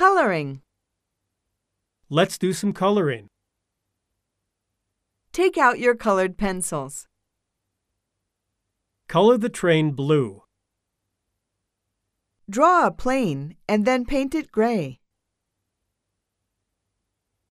Coloring. Let's do some coloring. Take out your colored pencils. Color the train blue. Draw a plane and then paint it gray.